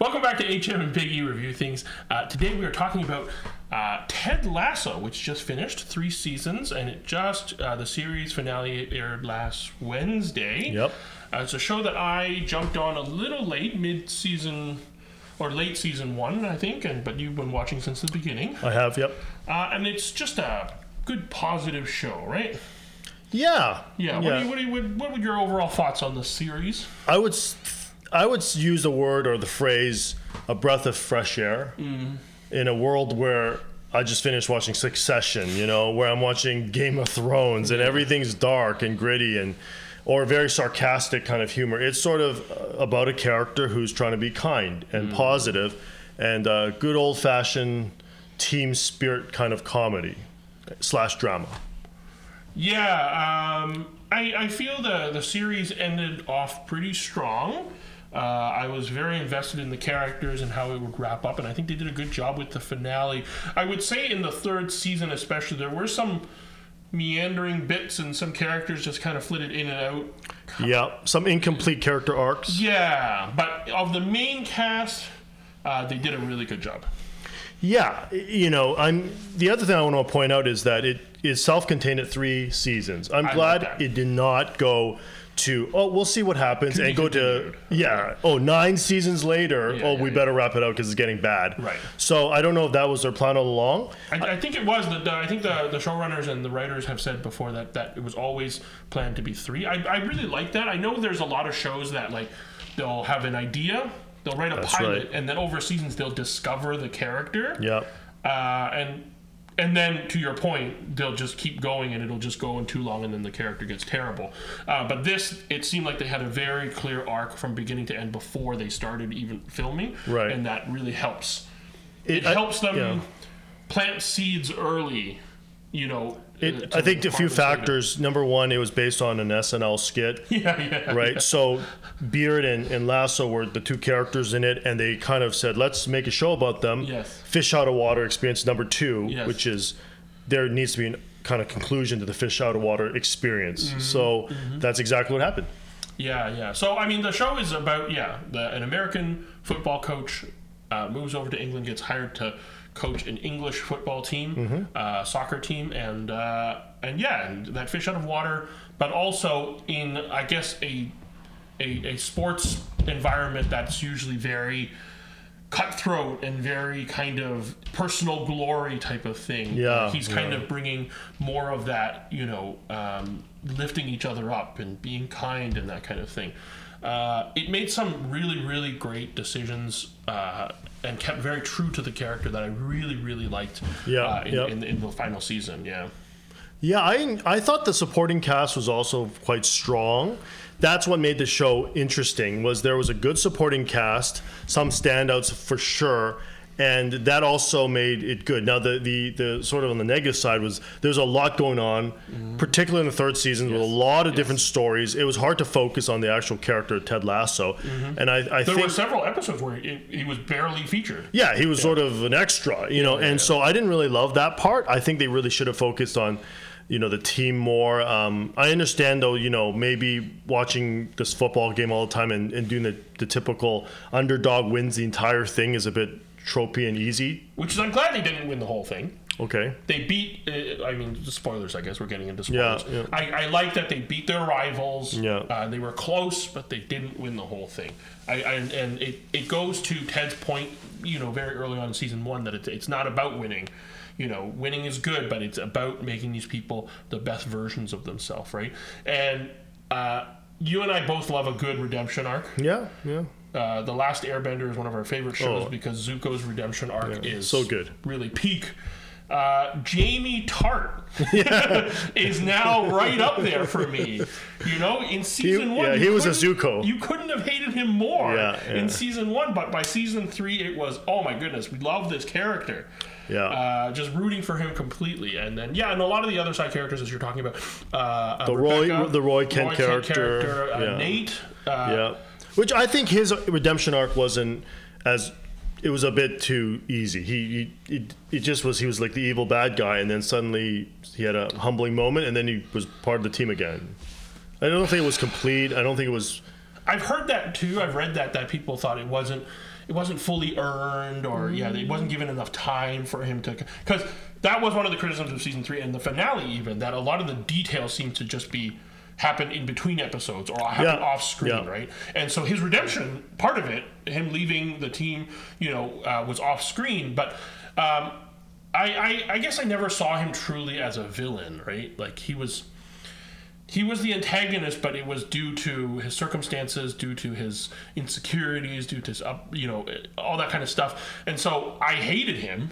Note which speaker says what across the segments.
Speaker 1: HM and Biggie review things. Uh, today we are talking about uh, Ted Lasso, which just finished three seasons, and it just uh, the series finale aired last Wednesday.
Speaker 2: Yep.
Speaker 1: Uh, it's a show that I jumped on a little late, mid-season or late season one, I think, and but you've been watching since the beginning.
Speaker 2: I have, yep.
Speaker 1: Uh, and it's just a good positive show, right?
Speaker 2: Yeah.
Speaker 1: Yeah. What, do you, what, do you, what, what would your overall thoughts on the series?
Speaker 2: I would s- I would s- use the word or the phrase a breath of fresh air
Speaker 1: Mm-hmm.
Speaker 2: in a world where I just finished watching Succession, you know, where I'm watching Game of Thrones and everything's dark and gritty and or very sarcastic kind of humor. It's sort of uh, about a character who's trying to be kind and
Speaker 1: Mm.
Speaker 2: positive and uh, good old fashioned team spirit kind of comedy slash drama.
Speaker 1: Yeah, um, I, I feel the, the series ended off pretty strong. Uh, I was very invested in the characters and how it would wrap up, and I think they did a good job with the finale. I would say in the third season, especially, there were some meandering bits and some characters just kind of flitted in and out.
Speaker 2: Yeah, some incomplete character arcs.
Speaker 1: Yeah, but of the main cast, uh, they did a really good job.
Speaker 2: Yeah, y- you know, I'm. The other thing I want to point out is that it is self-contained at three seasons. I'm
Speaker 1: like
Speaker 2: glad
Speaker 1: that.
Speaker 2: it did not go to oh we'll see what happens and go to yeah oh nine seasons later
Speaker 1: Yeah,
Speaker 2: oh
Speaker 1: yeah,
Speaker 2: we
Speaker 1: yeah.
Speaker 2: better wrap it up because it's getting bad.
Speaker 1: Right.
Speaker 2: So I don't know if that was their plan all along.
Speaker 1: I, I think it was the, the I think the, the showrunners and the writers have said before that that it was always planned to be three. I, I really like that. I know there's a lot of shows that like they'll have an idea, they'll write a pilot,
Speaker 2: right.
Speaker 1: and then over seasons they'll discover the character.
Speaker 2: Yeah.
Speaker 1: Uh, and and then to your point, they'll just keep going, and it'll just go on too long, and then the character gets terrible. Uh, but this, it seemed like they had a very clear arc from beginning to end before they started even filming,
Speaker 2: Right.
Speaker 1: And that really helps it
Speaker 2: I-
Speaker 1: helps them
Speaker 2: yeah.
Speaker 1: plant seeds early. You know, uh,
Speaker 2: It,
Speaker 1: to
Speaker 2: I think a few
Speaker 1: harvest later.
Speaker 2: factors. Number one, it was based on an SNL skit.
Speaker 1: Yeah, yeah,
Speaker 2: right? So Beard and, and Lasso were the two characters in it, and they kind of said, let's make a show about them.
Speaker 1: Yes.
Speaker 2: Fish out of water experience number two,
Speaker 1: Yes.
Speaker 2: which is there needs to be an kind of conclusion to the fish out of water experience.
Speaker 1: Mm-hmm.
Speaker 2: So that's exactly what happened.
Speaker 1: yeah, yeah. So I mean, the show is about yeah, the, an American football coach uh, moves over to England, gets hired to coach an English football team,
Speaker 2: Mm-hmm.
Speaker 1: uh, soccer team, and uh, and yeah, and that fish out of water, but also in I guess a a, a sports environment that's usually very cutthroat and very kind of personal glory type of thing.
Speaker 2: Yeah,
Speaker 1: he's kind of bringing more of that, you know, um, lifting each other up and being kind and that kind of thing. Uh, it made some really, really great decisions uh, and kept very true to the character that I really, really liked.
Speaker 2: Yeah,
Speaker 1: uh, in,
Speaker 2: yeah.
Speaker 1: in, in the final season. Yeah,
Speaker 2: Yeah, I, I thought the supporting cast was also quite strong. That's what made the show interesting was there was a good supporting cast, some standouts for sure, and that also made it good. Now the the, the sort of on the negative side was there's a lot going on, particularly in the third season with a lot of different stories. It was hard to focus on the actual character of Ted Lasso, and I, I
Speaker 1: there
Speaker 2: think
Speaker 1: were several episodes where it, he was barely featured.
Speaker 2: yeah, he was sort of an extra, you know, and so I didn't really love that part. I think they really should have focused on, you know, the team more. Um, I understand though, you know, maybe watching this football game all the time and, and doing the, the typical underdog wins the entire thing is a bit tropey and easy.
Speaker 1: Which is, I'm glad they didn't win the whole thing.
Speaker 2: Okay.
Speaker 1: they beat. Uh, I mean, spoilers. I guess we're getting into spoilers.
Speaker 2: Yeah, yeah.
Speaker 1: I, I like that they beat their rivals.
Speaker 2: Yeah.
Speaker 1: Uh, they were close, but they didn't win the whole thing. I, I and it, it goes to Ted's point, you know, very early on in season one that it's it's not about winning. You know, winning is good, but it's about making these people the best versions of themselves, right? And uh, you and I both love a good redemption arc.
Speaker 2: Yeah. Yeah.
Speaker 1: Uh, the Last Airbender is one of our favorite shows
Speaker 2: Oh.
Speaker 1: because Zuko's redemption arc is
Speaker 2: so good.
Speaker 1: really peak. Uh, Jamie Tart is now right up there for me. You know, in season one,
Speaker 2: yeah,
Speaker 1: you
Speaker 2: he was a
Speaker 1: couldn't-
Speaker 2: Zuko.
Speaker 1: You couldn't have hated him more
Speaker 2: Yeah, yeah.
Speaker 1: in season one, but by season three, it was oh my goodness, we love this character.
Speaker 2: Yeah.
Speaker 1: Uh, just rooting for him completely, and then yeah, and a lot of the other side characters, as you're talking about, uh, uh,
Speaker 2: The Roy-
Speaker 1: Rebecca,
Speaker 2: the Roy Kent character,
Speaker 1: character, uh,
Speaker 2: yeah.
Speaker 1: Nate, uh,
Speaker 2: yeah. Which I think his redemption arc wasn't as it was a bit too easy. He, he it, it just was he was like the evil bad guy and then suddenly he had a humbling moment and then he was part of the team again. I don't think it was complete. I don't think it was
Speaker 1: I've heard that too. I've read that that people thought it wasn't it it wasn't fully earned, or yeah, it wasn't given enough time for him to. Because that was one of the criticisms of season three and the finale, even that a lot of the details seem to just be happen in between episodes or happen
Speaker 2: Yeah.
Speaker 1: off screen,
Speaker 2: Yeah.
Speaker 1: right? And so his redemption, part of it, him leaving the team, you know, uh, was off screen, but. Um, I, I, I guess I never saw him truly as a villain, right? Like he was he was the antagonist, but it was due to his circumstances, due to his insecurities, due to his up, you know, all that kind of stuff. And so I hated him.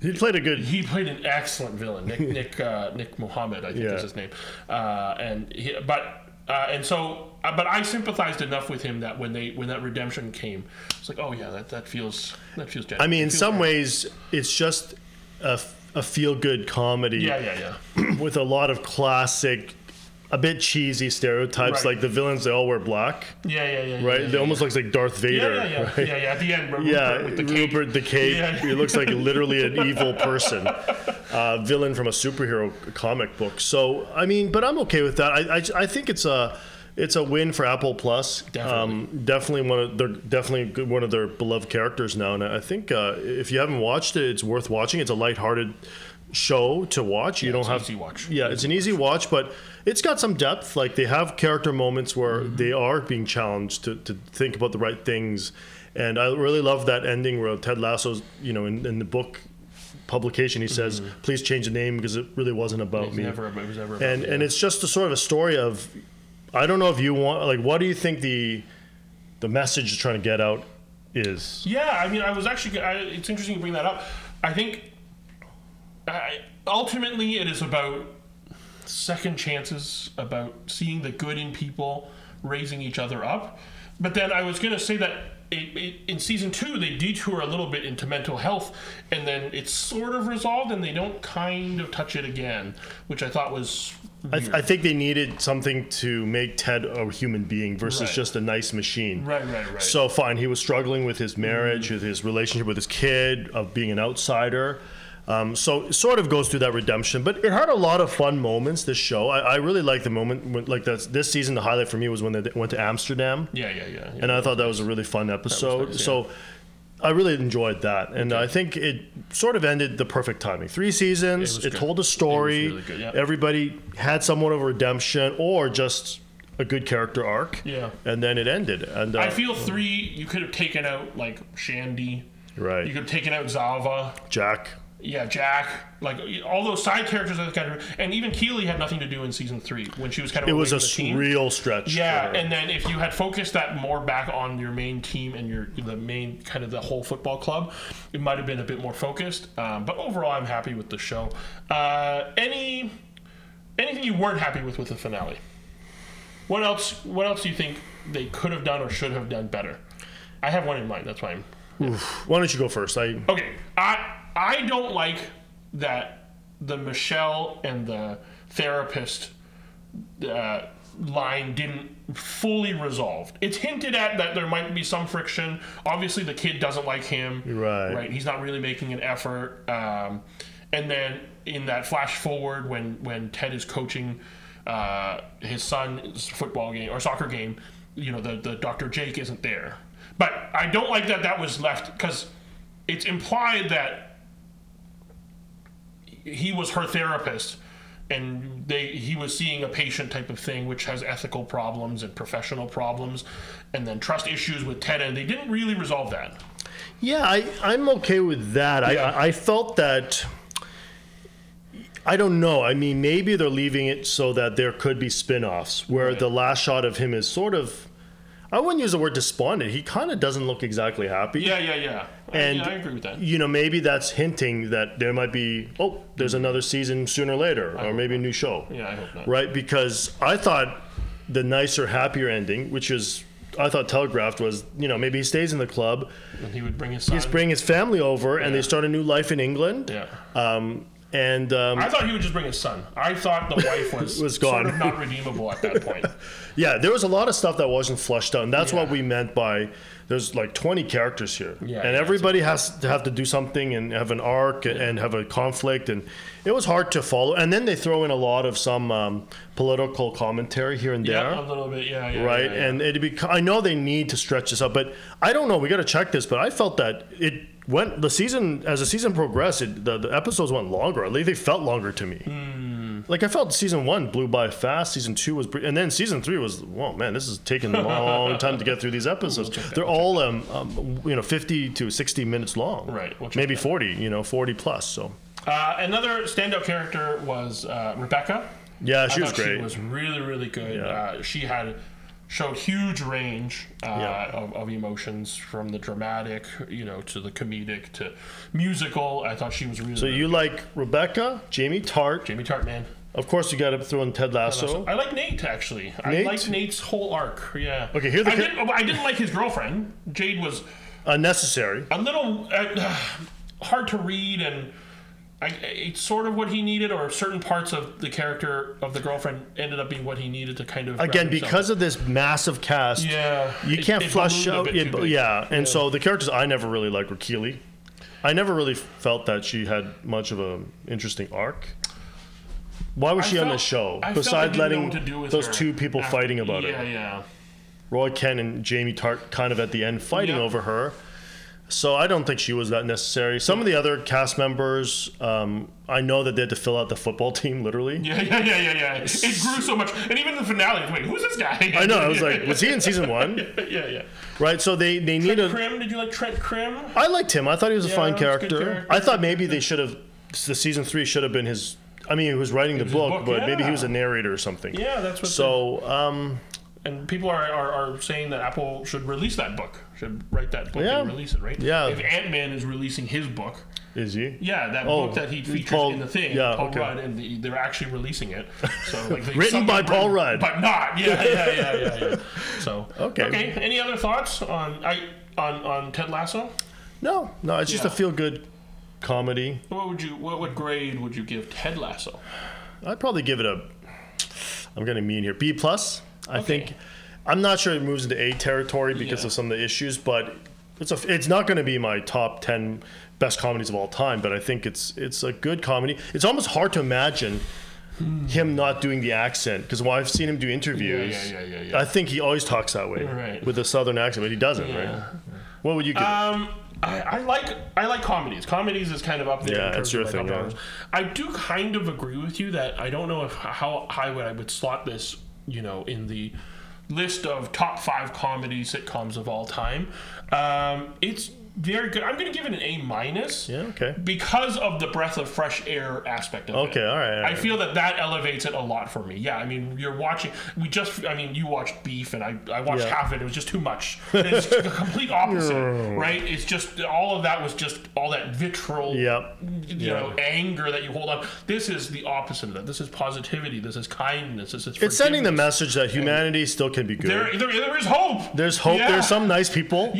Speaker 2: He played a good.
Speaker 1: He played an excellent villain, Nick Nick uh, Nick Mohammed, I think
Speaker 2: Yeah.
Speaker 1: is his name. Uh, and he, but uh, and so uh, but I sympathized enough with him that when they when that redemption came, it's like oh yeah, that, that feels that feels. Genuine.
Speaker 2: I mean, in
Speaker 1: It feels
Speaker 2: some
Speaker 1: right.
Speaker 2: ways, it's just a, feel good comedy
Speaker 1: Yeah, yeah, yeah.
Speaker 2: with a lot of classic, a bit cheesy stereotypes.
Speaker 1: Right.
Speaker 2: Like the villains, they all wear black,
Speaker 1: Yeah, yeah, yeah. yeah,
Speaker 2: right?
Speaker 1: Yeah,
Speaker 2: It almost looks like Darth Vader.
Speaker 1: yeah, yeah, yeah.
Speaker 2: right?
Speaker 1: yeah, yeah. At the end, Rupert
Speaker 2: Yeah,
Speaker 1: with the cape.
Speaker 2: Rupert the Cape.
Speaker 1: Yeah.
Speaker 2: He looks like literally an evil person, uh, villain from a superhero comic book. So I mean, but I'm okay with that. I, I, I think it's a it's a win for Apple Plus. Um, definitely one of they're definitely good- one of their beloved characters now, and I think uh, if you haven't watched it, it's worth watching. It's a lighthearted show to watch. You don't
Speaker 1: it's
Speaker 2: have
Speaker 1: easy watch.
Speaker 2: Yeah, it's an easy watch, but it's got some depth. Like they have character moments where
Speaker 1: Mm-hmm.
Speaker 2: they are being challenged to, to think about the right things. And I really love that ending where Ted Lasso's, you know, in, in the book publication, he says, please change the name because it really wasn't about
Speaker 1: It was
Speaker 2: me.
Speaker 1: Mm-hmm. never, it was never.
Speaker 2: and,
Speaker 1: about,
Speaker 2: and it's just a sort of a story of, I don't know if you want, like, what do you think the, the message is trying to get out is?
Speaker 1: yeah, I mean, I was actually. I, it's interesting you bring that up. I think I, ultimately it is about second chances, about seeing the good in people, raising each other up. But then I was going to say that it, it, in season two they detour a little bit into mental health, and then it's sort of resolved, and they don't kind of touch it again, which I thought was.
Speaker 2: I, th- I think they needed something to make Ted a human being versus
Speaker 1: Right.
Speaker 2: just a nice machine.
Speaker 1: Right, right, Mm. right.
Speaker 2: So fine, he was struggling with his marriage, with his relationship with his kid, of being an outsider. Um, so it sort of goes through that redemption, but it had a lot of fun moments. This show, I, I really liked the moment when, like that's this season. The highlight for me was when they went to Amsterdam,
Speaker 1: yeah, yeah, yeah. yeah.
Speaker 2: and I thought that was a really fun episode.
Speaker 1: nice, yeah.
Speaker 2: So I really enjoyed that, and I think it sort of ended the perfect timing. Three seasons,
Speaker 1: was
Speaker 2: it,
Speaker 1: good.
Speaker 2: told a story.
Speaker 1: really good, yeah.
Speaker 2: Everybody had somewhat of a redemption or just a good character arc.
Speaker 1: Yeah.
Speaker 2: and then it ended. And uh,
Speaker 1: I feel three. You could have taken out like Shandy.
Speaker 2: Right.
Speaker 1: You could have taken out Zava.
Speaker 2: Jack.
Speaker 1: Yeah, Jack. Like all those side characters that kind of, and even Keeley had nothing to do in season three when she was kind of.
Speaker 2: It was a
Speaker 1: the team.
Speaker 2: real stretch. for
Speaker 1: Yeah,
Speaker 2: her.
Speaker 1: and then if you had focused that more back on your main team and your the main kind of the whole football club, it might have been a bit more focused. Um, but overall, I'm happy with the show. Uh, any anything you weren't happy with with the finale? What else? What else do you think they could have done or should have done better? I have one in mind. That's why I'm
Speaker 2: why don't you go first? I
Speaker 1: okay. I I don't like that the Michelle and the therapist uh, line didn't fully resolved. It's hinted at that there might be some friction. Obviously, the kid doesn't like him.
Speaker 2: Right.
Speaker 1: Right. He's not really making an effort. Um, and then in that flash forward, when when Ted is coaching uh, his son's football game or soccer game, you know the the Dr. Jake isn't there. But I don't like that that was left because it's implied that he was her therapist and they he was seeing a patient type of thing which has ethical problems and professional problems and then trust issues with Ted and they didn't really resolve that.
Speaker 2: yeah, I I'm okay with that.
Speaker 1: Yeah.
Speaker 2: I I felt that. I don't know. I mean, maybe they're leaving it so that there could be spin-offs where
Speaker 1: Right.
Speaker 2: the last shot of him is sort of I wouldn't use the word despondent. He kind of doesn't look exactly happy.
Speaker 1: Yeah, yeah, yeah.
Speaker 2: And
Speaker 1: I, yeah, I agree with that.
Speaker 2: You know, maybe that's hinting that there might be oh, there's
Speaker 1: Mm-hmm.
Speaker 2: another season sooner or later or maybe a new show.
Speaker 1: Yeah, I hope not.
Speaker 2: right? Because I thought the nicer, happier ending, which is I thought telegraphed was, you know, maybe he stays in the club,
Speaker 1: And he would bring his son.
Speaker 2: bring his family over, and they
Speaker 1: Yeah.
Speaker 2: start a new life in England.
Speaker 1: yeah.
Speaker 2: Um, and um,
Speaker 1: I thought he would just bring his son. I thought the wife was,
Speaker 2: Was
Speaker 1: sort
Speaker 2: gone.
Speaker 1: of not redeemable at that point.
Speaker 2: yeah, there was a lot of stuff that wasn't flushed out, and that's what
Speaker 1: Yeah.
Speaker 2: we meant by there's like 20 characters here,
Speaker 1: Yeah,
Speaker 2: and
Speaker 1: yeah,
Speaker 2: everybody has to have to do something and have an arc and have a conflict, and it was hard to follow. And then they throw in a lot of some um, political commentary here and there
Speaker 1: Yeah, a little bit. Yeah, yeah.
Speaker 2: right?
Speaker 1: yeah, yeah.
Speaker 2: And it bec- I know they need to stretch this out, but I don't know. We got to check this, but I felt that it went the season as the season progressed. It, the, the episodes went longer. At least they felt longer to me.
Speaker 1: Hmm.
Speaker 2: Like I felt season one blew by fast. Season two was, br- and then season three was. Whoa, man, this is taking a long time to get through these episodes. They're all um, um, you know fifty to sixty minutes long.
Speaker 1: Right, we'll check
Speaker 2: Maybe
Speaker 1: that.
Speaker 2: forty. You know, forty plus. So
Speaker 1: Uh, another standout character was uh, Rebecca.
Speaker 2: yeah, she
Speaker 1: I
Speaker 2: was
Speaker 1: thought
Speaker 2: great.
Speaker 1: She was really, really good.
Speaker 2: Yeah.
Speaker 1: Uh, she had showed huge range uh,
Speaker 2: Yeah.
Speaker 1: of, of emotions from the dramatic, you know, to the comedic to musical. I thought she was really.
Speaker 2: so you like Rebecca, Jamie Tart?
Speaker 1: Jamie Tartman.
Speaker 2: Of course, you got to throw in Ted Lasso.
Speaker 1: I like Nate actually.
Speaker 2: Nate?
Speaker 1: I like Nate's whole arc. Yeah.
Speaker 2: Okay, here's the
Speaker 1: I
Speaker 2: ca-
Speaker 1: didn't, I didn't like his girlfriend. Jade was
Speaker 2: Unnecessary.
Speaker 1: a little uh, hard to read and I, it's sort of what he needed or certain parts of the character of the girlfriend ended up being what he needed to kind of wrap
Speaker 2: again
Speaker 1: himself
Speaker 2: because of this massive cast
Speaker 1: Yeah.
Speaker 2: you
Speaker 1: It-
Speaker 2: can't
Speaker 1: it
Speaker 2: flush
Speaker 1: ballooned a
Speaker 2: out
Speaker 1: bit
Speaker 2: it,
Speaker 1: too big.
Speaker 2: yeah and so the characters i never really liked were keely i never really felt that she had much of an interesting arc why was
Speaker 1: I
Speaker 2: she on
Speaker 1: felt-
Speaker 2: the show
Speaker 1: I felt I
Speaker 2: besides
Speaker 1: didn't know
Speaker 2: letting
Speaker 1: what to do with
Speaker 2: those
Speaker 1: her
Speaker 2: two people
Speaker 1: after-
Speaker 2: fighting about
Speaker 1: yeah,
Speaker 2: it
Speaker 1: Yeah,
Speaker 2: roy kent and jamie tart kind of at the end fighting
Speaker 1: Yeah.
Speaker 2: over her so i don't think she was that necessary some of the other cast members um, i know that they had to fill out the football team literally
Speaker 1: yeah, yeah, yeah, yeah, yeah. It grew so much, and even the finale. Wait, who's this guy?
Speaker 2: i know i was like was he in season one
Speaker 1: yeah, yeah.
Speaker 2: right so they they need a
Speaker 1: Krim, did you like Trent Krim?
Speaker 2: I liked him. I thought he was a fine
Speaker 1: he was a good
Speaker 2: character.
Speaker 1: character.
Speaker 2: I thought maybe they should have the season three should have been his. I mean, he was writing the
Speaker 1: was his
Speaker 2: book,
Speaker 1: book,
Speaker 2: but maybe he
Speaker 1: yeah.
Speaker 2: was a narrator or something.
Speaker 1: Yeah, that's what.
Speaker 2: So um,
Speaker 1: the- and people are, are, are saying that Apple should release that book, should write that book
Speaker 2: Yeah.
Speaker 1: and release it, right?
Speaker 2: Yeah.
Speaker 1: If Ant Man is releasing his book,
Speaker 2: is he?
Speaker 1: Yeah, that
Speaker 2: Oh,
Speaker 1: book that he featured
Speaker 2: Paul-
Speaker 1: in the thing,
Speaker 2: yeah,
Speaker 1: Paul
Speaker 2: okay.
Speaker 1: Rudd, and the, they're actually releasing it. So like they-
Speaker 2: Written by
Speaker 1: someone
Speaker 2: Paul
Speaker 1: wrote-
Speaker 2: Rudd.
Speaker 1: but not. Yeah, yeah, yeah, yeah. yeah. So
Speaker 2: Okay.
Speaker 1: okay. Any other thoughts on I on on Ted Lasso?
Speaker 2: No, no. It's just
Speaker 1: Yeah.
Speaker 2: a feel good comedy.
Speaker 1: What would you what what grade would you give Ted Lasso?
Speaker 2: I'd probably give it a. I'm gonna mean here B plus. I
Speaker 1: Okay.
Speaker 2: think. I'm not sure it moves into A territory because
Speaker 1: Yeah.
Speaker 2: of some of the issues, but it's a, it's not going to be my top ten best comedies of all time. But I think it's it's a good comedy. It's almost hard to imagine
Speaker 1: Hmm.
Speaker 2: him not doing the accent because when I've seen him do interviews,
Speaker 1: yeah, yeah, yeah.
Speaker 2: I think he always talks that way
Speaker 1: Right.
Speaker 2: with a southern accent, but he doesn't. Right? What would you give? it?
Speaker 1: Um, I, I like I like comedies. Comedies is kind of up there.
Speaker 2: Yeah,
Speaker 1: in terms
Speaker 2: it's your
Speaker 1: of my
Speaker 2: thing,
Speaker 1: top
Speaker 2: yeah.
Speaker 1: genres. I do kind of agree with you that I don't know if how high would I would slot this, you know, in the list of top five comedy sitcoms of all time. Um, it's very good. I'm going to give it an A minus.
Speaker 2: yeah. Okay.
Speaker 1: Because of the breath of fresh air aspect of it.
Speaker 2: Okay. All right. all
Speaker 1: I
Speaker 2: right.
Speaker 1: feel that that elevates it a lot for me. Yeah, I mean, you're watching. We just, I mean, you watched Beef, and I, I watched
Speaker 2: Yeah.
Speaker 1: half of it. It was just too much. It's the complete opposite, right? It's just all of that was just all that vitriol,
Speaker 2: Yep.
Speaker 1: you know, anger that you hold on. This is the opposite of that. This is positivity. This is kindness. This is.
Speaker 2: it's sending the message that humanity still can be good.
Speaker 1: There, there, there is hope.
Speaker 2: There's hope.
Speaker 1: Yeah.
Speaker 2: There's some nice people.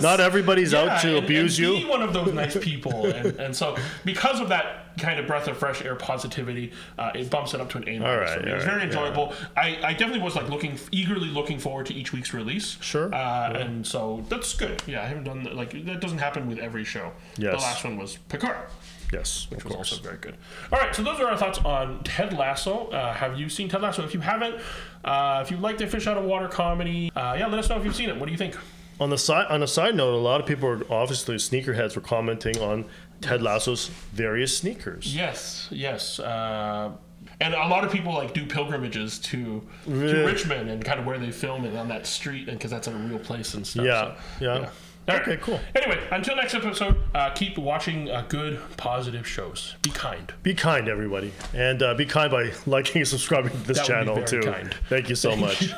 Speaker 2: Not everybody's out to
Speaker 1: and- and
Speaker 2: abuse you.
Speaker 1: Be one of those nice people, and, and so because of that kind of breath of fresh air positivity, uh, it bumps it up to an A. All
Speaker 2: right,
Speaker 1: it was
Speaker 2: all
Speaker 1: very
Speaker 2: right,
Speaker 1: enjoyable. I, I definitely was like looking eagerly looking forward to each week's release.
Speaker 2: Sure,
Speaker 1: Uh, And so that's good. Yeah, I haven't done that. like that doesn't happen with every show.
Speaker 2: Yes.
Speaker 1: The last one was Picard.
Speaker 2: Yes, of
Speaker 1: Which was
Speaker 2: course.
Speaker 1: also very good. All right, so those are our thoughts on Ted Lasso. Uh, have you seen Ted Lasso? If you haven't, uh, if you like the fish out of water comedy, uh, yeah, let us know if you've seen it. What do you think?
Speaker 2: On the side, on a side note, a lot of people were obviously sneakerheads were commenting on Ted Lasso's various sneakers.
Speaker 1: Yes, yes. Uh, and a lot of people like do pilgrimages to,
Speaker 2: Yeah.
Speaker 1: to Richmond and kind of where they film it on that street, and because that's a real place and stuff.
Speaker 2: Yeah,
Speaker 1: so,
Speaker 2: yeah.
Speaker 1: All
Speaker 2: Okay, cool.
Speaker 1: Anyway, until next episode, uh, keep watching uh, good, positive shows. Be kind.
Speaker 2: Be kind, everybody, and uh, be kind by liking and subscribing to this
Speaker 1: That would be
Speaker 2: channel
Speaker 1: very
Speaker 2: too.
Speaker 1: kind.
Speaker 2: Thank you so much.